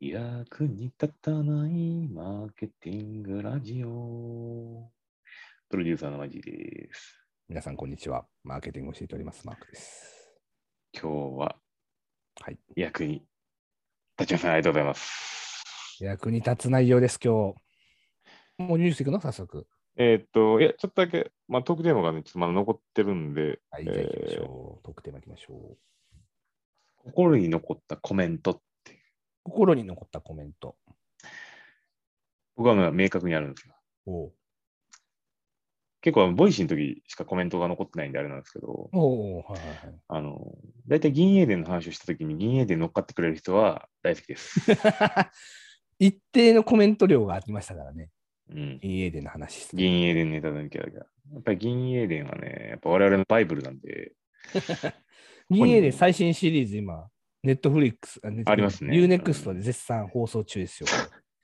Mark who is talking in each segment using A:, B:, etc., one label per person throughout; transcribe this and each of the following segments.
A: 役に立たないマーケティングラジオ。プロデューサーのマジです。
B: 皆さん、こんにちは。マーケティングを教えております、マークです。
A: 今日は
B: はい。
A: 役に立ちません。ありがとうございます。
B: 役に立つ内容です、今日。もうニュースいくの早速。
A: えーっと、いや、ちょっとだけ、まあ、トークテーマがね、ちょっとまだ残ってるんで、
B: は
A: え
B: い、じ
A: ー
B: ゃあ行きましょう。トークテーマ行きましょう。
A: 心に残ったコメントって、
B: 心に残ったコメント。
A: 僕はまあ明確にあるんですよ。
B: おう
A: 結構、あのボイシーの時しかコメントが残ってないんであれなんですけど、
B: おうはいはいはい。
A: あの、大体銀英伝の話をした時に銀英伝乗っかってくれる人は大好き です。
B: 一定のコメント量がありましたからね。
A: うん。
B: 家での話ですね。
A: 銀英伝ネタの時だけは。やっぱり銀英伝はね、やっぱ我々のバイブルなんで、本人
B: 家で最新シリーズ、今、ネットフリックス、
A: ありますね
B: ユーネクストで絶賛放送中ですよ。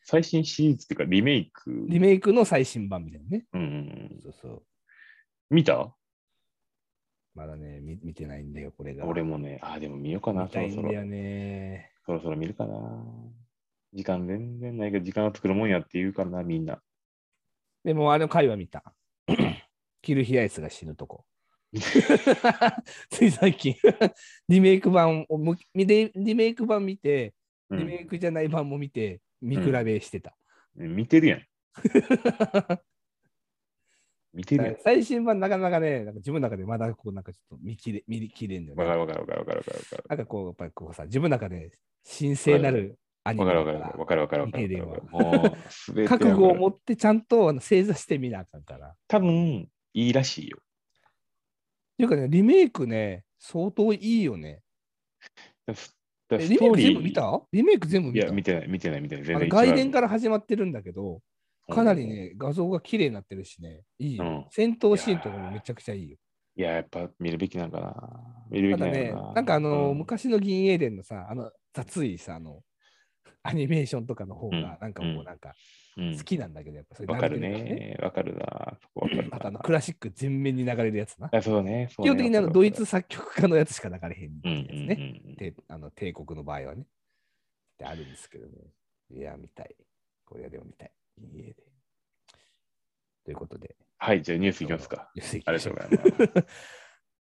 A: 最新シリーズっていうかリメイク。
B: リメイクの最新版みたいなね。
A: うんうんうん。
B: そうそう。
A: 見た
B: まだね、み見てないんだよ、これが。
A: 俺もね、あ、でも見ようかな
B: 見、
A: そ
B: た
A: ろ
B: い
A: そ
B: んだ
A: ろ
B: よ。ね。
A: そろそろ見るかな。時間全然ないけど、時間を作るもんやって言うからな、みんな。
B: でも、あの回は見 た。キルヒアイスが死ぬとこ。 つい最近、リメイク版をむリメ、リメイク版見て、
A: う
B: リメイクじゃない版も見て、見比べしてた。
A: ん、見てるやん。見てるやん。
B: 最新版、なかなかね、なんか自分の中でまだこう、なんかちょっと見きれ見きれんだよ
A: わかる
B: ね。
A: わかるわかるわかるわかるわかる。
B: なんかこう、やっぱりこうさ、自分の中で神聖なるアニ
A: わ
B: メ
A: かる
B: だ
A: わ
B: か、
A: かるわからるわかるわか
B: 見てる
A: る
B: よ
A: わかる。もう、全て
B: 覚悟を
A: わ
B: 持
A: かる
B: ってちゃんとあの正座してみなあかんから。
A: 多分、いいらしいよ。
B: っていうかね、リメイクね、相当いいよね。
A: だから
B: え
A: ス
B: リ
A: ト
B: メ
A: ーリ
B: イク
A: ー
B: 全部見たリメイク全部
A: い
B: 見
A: や、
B: た
A: 見てない、見てない、見てない。
B: あ
A: 全
B: の
A: 然
B: 外伝から始まってるんだけど、
A: うん
B: かなりね、画像が綺麗になってるしね、いいよ。
A: うん
B: 戦闘シーンとかもめちゃくちゃいいよ。
A: いや、やっぱ見るべきなんかな。見るべ
B: た
A: きな
B: だ
A: んか
B: ね
A: な。、
B: なんかあの、
A: うん
B: 昔の銀英伝のさ、あの、雑いさ、あの、アニメーションとかの方
A: うん
B: が、なんかも
A: う
B: うんなんか
A: うん
B: 好きなんだけど、やっぱそれ
A: わか
B: 慣れ
A: る
B: てから。
A: ね。わかるな。そこわかるな。
B: あとあの、クラシック全面に流れるやつな。
A: あそうね。そうね
B: 基本的にあの
A: わか
B: ド
A: る
B: イ
A: わか
B: ツ作曲家のやつしか流れへんって
A: る
B: やつ
A: う
B: ね。
A: んうんうんうん
B: てあの帝国の場合はね。ってあるんですけどね。いや、見たい。これでも見たい。家で。ということで。
A: はい、じゃあニュースいきますか。
B: ニュースいき
A: あ
B: ま
A: り
B: しょう。
A: がとうございます。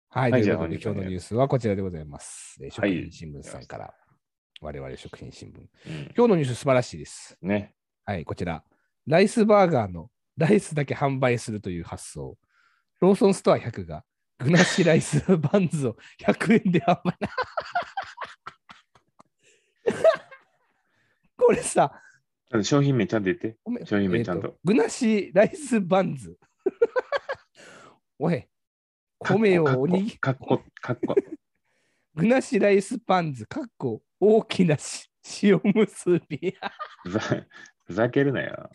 B: はい、
A: はい
B: ということで、
A: じゃあ
B: 今日のニュースはこちらでございます。えー食
A: はい
B: 品新聞さんから、我々食品新聞。
A: うん
B: 今日のニュース素晴らしいです。
A: ね。
B: はい、こちら。ライスバーガーのライスだけ販売するという発想。ローソンストア100が具なしライスバンズを100円で販売。 これさ、
A: ちゃんと商品名ちゃんと言って。
B: ごめん
A: 商品名
B: えー
A: ちゃんと
B: 具なしライスバンズ。おい、米をおにぎ
A: かっこ、かっこ、かっこ
B: 具なしライスパンズ、かっこ大きなし塩むすび。
A: ふざふざけるなよ。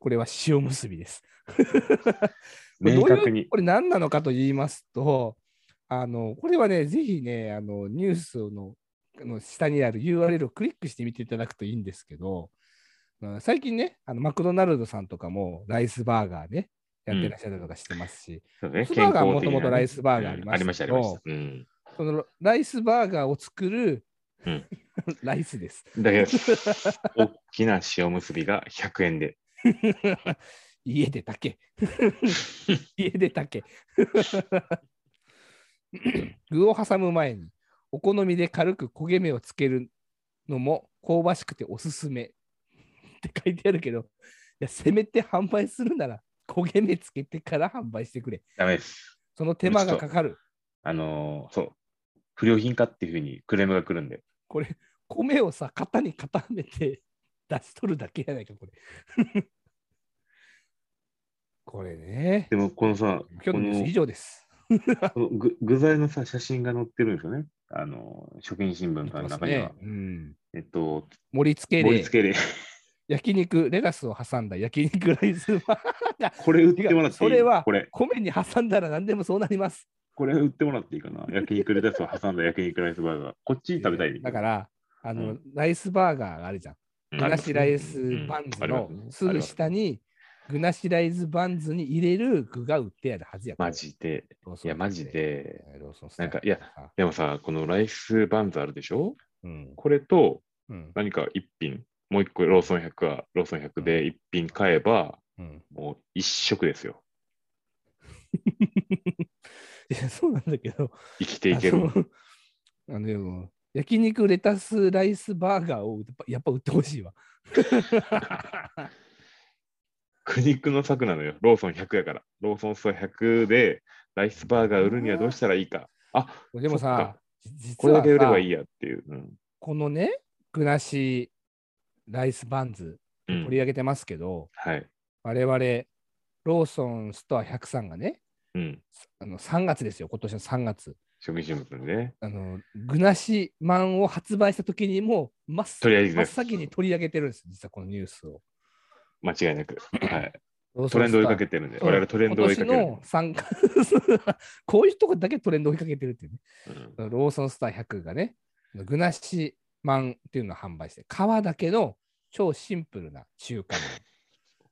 B: これは塩むすびです。 これ
A: 明
B: どういう
A: 確に。
B: これ何なのかと言いますと、あのこれはね、ぜひね、あのニュースのあの下にある URL をクリックしてみていただくといいんですけど、まあ最近ね、あのマクドナルドさんとかもライスバーガーね、やってらっしゃるとかしてますし、
A: そうね
B: スバーガー
A: 健康的なね
B: 元々ライスバーガーありましたけど
A: うんありました、ありました。うん。
B: そのライスバーガーを作る、
A: うん
B: ライスです。
A: だけど、 大きな塩結びが100円で。
B: 家でだけ。家でだけ。具を挟む前に、お好みで軽く焦げ目をつけるのも香ばしくておすすめ。って書いてあるけど、いやせめて販売するなら焦げ目つけてから販売してくれ。
A: ダメです。
B: その手間がかかる。
A: あのー、そう。不良品かっていうふうにクレームが来るんで。
B: これ、米をさ、型に固めて出しとるだけやないか、これ。これね。
A: でも、このさ、
B: 今日のニュース以上です。
A: この具具材のさ、写真が載ってるんですよね。あのー、食品新聞さんの中には。
B: ねうん、
A: えっと、
B: 盛り付け
A: 盛り
B: で
A: 付けで、
B: 焼肉レタスを挟んだ焼肉ライス バーガー
A: これ売ってもらっていい
B: それは
A: これ、
B: 米に挟んだら何でもそうなります。
A: これ売ってもらっていいかな焼肉レタスを挟んだ焼肉ライスバーガー。こっち食べたい、
B: だから、あの、
A: う
B: ライスバーガーがあるじゃん。
A: うん
B: 具なしライスバンズのすぐ。
A: ありますねうんありますねあります
B: 下に、具なしライスバンズに入れる具が売ってあるはずや。
A: マジで。
B: ローソ
A: い
B: ン
A: や、マジ。で。
B: えーローソンスタ
A: な
B: ー
A: んかいや
B: とさ、
A: でもさ、このライスバンズあるでしょ
B: うん、
A: これと、
B: うん。
A: 何か一品、もう一個ローソン100はローソン100で一品買えば、
B: うん、
A: もう一食ですよ。
B: いや、そうなんだけど、
A: 生きていける。
B: あ のあのでも焼肉レタスライスバーガーをやっぱやっぱ売ってほしいわ。
A: 苦肉の策なのよ。ローソン100やから。ローソンストア100でライスバーガー売るにはどうしたらいいか。あ
B: でも
A: そっ
B: さ
A: か、
B: 実
A: これ
B: は
A: だけ売れば
B: さ
A: いいやっていう。うん
B: このね、具なしライスバンズ
A: う
B: 取り
A: ん、
B: 上げてますけど、
A: はい。
B: 我々、ローソンストア100さんがね、
A: うん。
B: あの3月ですよ、今年の3月。
A: 食事物にね。
B: あの具なしマンを発売した時にもう真っ
A: とりあえず
B: 真
A: で
B: っ
A: す
B: 先に取り上げてるんです、実はこのニュースを。
A: 間違いなく。はい。
B: ローソ
A: ト
B: ン
A: レンド追いか
B: ス
A: けてるんで。
B: トア
A: 我々トレンドを追いかける。
B: 今年の3月こういうとこだけトレンドを追いかけてるっていうね。
A: うん
B: ローソンスター100がね、具なしマンっていうのを販売して、皮だけの超シンプルな中華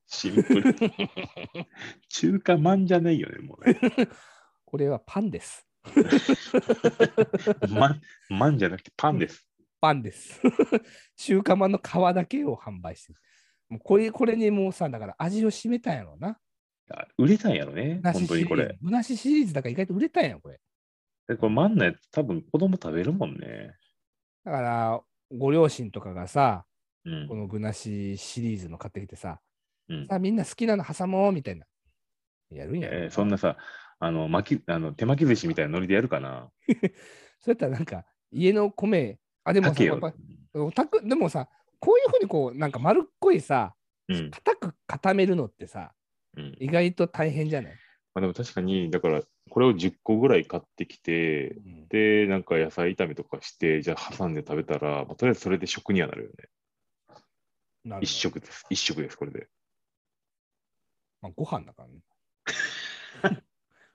A: シン プル。中華まんじゃないよね、もうね。
B: これはパンです。
A: まん、まんじゃなくてパンです。
B: パンです。 中華まんの皮だけを販売してる。もうこれこれにもうさ、だから味を占めたんやろうな。
A: あ売れたんやろね
B: 具、なし
A: 本
B: シ
A: 当
B: リ
A: にこ
B: ーズ
A: れ。。
B: 具なしシリーズだから意外と売れたんや、これ。
A: でこれ、まんのやつ、多分子供食べるもんね。
B: だから、ご両親とかがさ、
A: うん
B: こ。の具なしシリーズの買ってきてさ、
A: うん
B: さあみんな好きなの挟もうみたいな。やるんやろう
A: えーそんなさ、あの巻きあの手巻き寿司みたいなノリでやるかな。
B: そうやったらなんか家の米、あ、でも
A: か
B: さ、
A: け
B: やっ
A: よ
B: ぱ。お宅でもさ、こういうふうにこう、なんか丸っこいさ、
A: うん
B: 硬く固めるのってさ、
A: うん
B: 意外と大変じゃない、
A: まあ、でも確かに、だから、これを10個ぐらい買ってきて、で、なんか野菜炒めとかして、じゃあ挟んで食べたら、まあ、とりあえずそれで食にはなるよね。
B: なる
A: 一。食です。一食です、これで。
B: まあ、ご飯だから ね。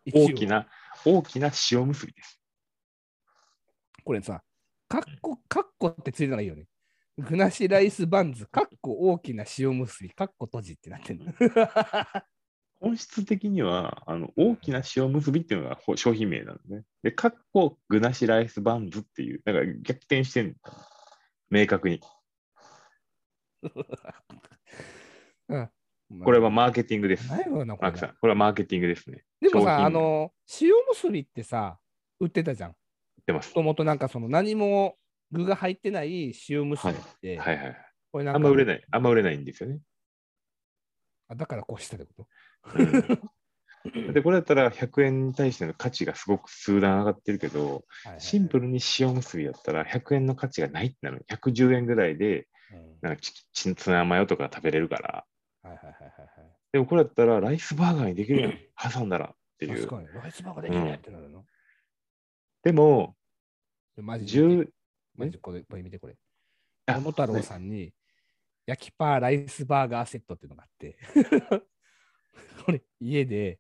B: 一応
A: 大き。な、大きな塩結びです。
B: これさ、カッコ、カッコってついてないいよね。具なしライスバンズ、カッコ大きな塩むすび、カッコ閉じってなってるの。
A: 本質的には、あの大きな塩結びっていうのがほ商品名なんですね。で、かっこ具なしライスバンズっていう、だから逆転してる明確に。これはマーケティングです。
B: ないよな、こ
A: マー
B: れ
A: クさん、これはマーケティングですね。
B: でも
A: 商
B: さ、
A: 品
B: あの、塩むすびってさ、売ってたじゃん。も
A: 出ます。
B: ともとなんかその何も具が入ってない塩むすびって、
A: はいはい。
B: これなん
A: あ
B: か
A: んま売れない、あんま売れないんですよね。
B: あだからこうしたってこと
A: うんで、これだったら100円に対しての価値がすごく数段上がってるけど、シンプ
B: ル。
A: ルに塩結びだったら100円の価値がないってなる。110円ぐらいで、
B: うん
A: なんかチチンツナマヨとか食べれるから。
B: はいはいはいはい
A: でもこれだったらライスバーガーにできるやん、挟んだらって
B: は
A: い
B: い。確
A: う。
B: かに、ライスバーガーできるやってなるの。
A: でも、
B: でマジで見て、
A: 10、
B: マジでこれ、これ見てこれ。
A: あ
B: 小野太郎さんに、焼きパーライスバーガーセットっていうのがあって、 これ、家で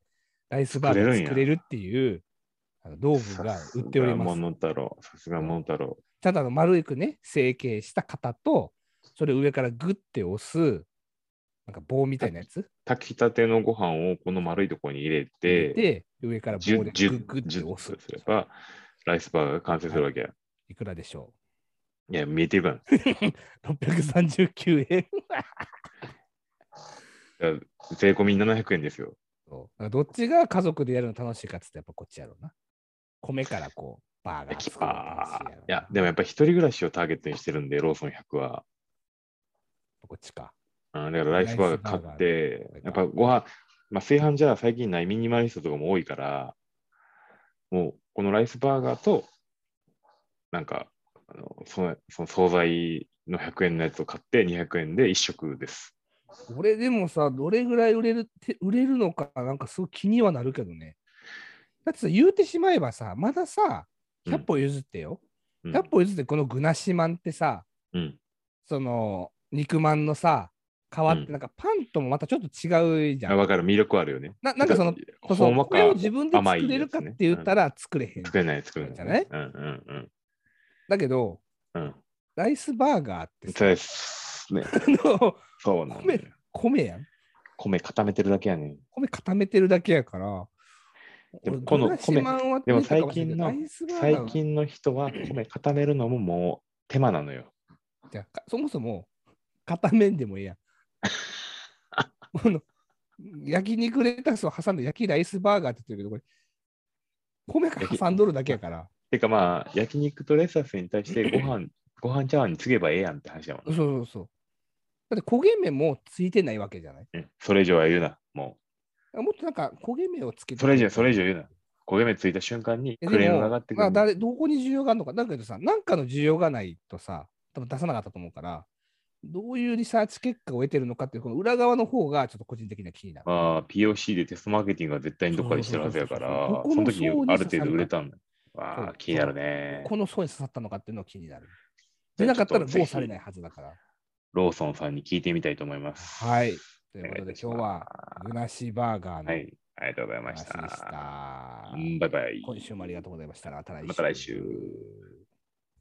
B: ライスバーガー作
A: 作れ
B: れ
A: るん
B: るっていうあの道具が売っており
A: さ
B: ます
A: が。モノタロウさすがモノタロ
B: ただの丸くね、成形した型と、それを上からグッて押す、なんか棒みたいなやつ
A: ウ炊きたてのご飯をこの丸いところに入れ
B: で
A: て、
B: 上から棒でグ
A: 10
B: ッグッて押す
A: と。すれば、ライスバーガーが完成するわけや。
B: いくらでしょ
A: いや、見えてるから。
B: う ?639 円。
A: 税込み700円ですよ。
B: そうだからどっちが家族でやるの楽しいかっつってやっぱこっちやろうな。米からこう、バーガー
A: キ
B: 作るの
A: パ
B: 楽し
A: ー。い
B: ろうな
A: や、でもやっぱ一人暮らしをターゲットにしてるんで、ローソン100は。
B: こっちか。
A: うん、だからライスバーガー買って
B: ライスバーガー、
A: やっぱご飯、まあ、炊飯じゃ最近ないミニマリストとかも多いから、もうこのライスバーガーと、なんか、あのそのその惣菜の100円のやつを買って200円で1食です。
B: 俺でもさ、どれぐらい売れるって売れるのか、なんかすごい気にはなるけどね。だってさ、言うてしまえばさ、まださ、100歩譲ってよ。
A: うん
B: 100歩譲ってこの具なしまんってさ、
A: うん。
B: その肉まんのさ、皮ってなんかパンともまたちょっと違うじゃん。
A: あわかる、魅力あるよね。
B: ななんかその、そう
A: ほんま
B: これ
A: か
B: を自分で作れるかって言ったら作れへん。
A: 作れない、作れない。
B: じゃない
A: うんうん
B: だけど、
A: うん。うん。
B: ライスバーガーってさ
A: そうです。ね。
B: あの
A: そうなんだよ。
B: 米やん。
A: 米固めてるだけやねん。
B: 米固めてるだけやから。
A: でもこの
B: 俺
A: 米
B: グラシマンは
A: でも
B: 見たかしれん
A: 最
B: けど
A: 近の
B: ライスバーガー
A: 最近の人は米固めるのももう手間なのよ。
B: じゃあかそもそも片面でも いいやん。この焼肉レタスを挟んで焼きライスバーガーって言ってるけど、これ、米が挟んどるだけやから。
A: てかまあ、焼肉とレタスに対してご 飯、ご飯茶碗につけばええやんって話やもん
B: そ
A: な、
B: うそうそう。だって焦げ目もついてないわけじゃない
A: うんそれ以上は言うな。も
B: もっとなんか焦げ目をつけ
A: う、
B: て。
A: それ以上、それ以上言うな。焦げ目ついた瞬間に
B: え
A: クレームが上がって
B: で
A: く
B: も、まあ、
A: る。
B: 誰どこに需要があるのか、だけどさ、なんかの需要がないとさ、多分出さなかったと思うから、どういうリサーチ結果を得てるのかっていう、この裏側の方がちょっと個人的には気になる。
A: まあ、POC でテストマーケティングは絶対にどっかでしてるはずやから、
B: そうそうそうそう
A: その時に
B: ここの層に
A: ある程度売れたんだ。
B: そ
A: わあ
B: う、
A: 気になるね。
B: この層に刺さったのかっていうのは気になる。でなかったら
A: ちょっ
B: どう
A: と
B: されない
A: ぜ
B: はずだから。
A: ひローソンさんに聞いてみたいと思います。
B: はい。ということで、
A: お
B: 今日
A: 願いい
B: は
A: たします
B: 具なしバーガーの
A: はい、ありがとうございま
B: 話
A: し。
B: でしたた。
A: うんバイバイ。
B: 今週もありがとうございました。また来週。
A: また来週。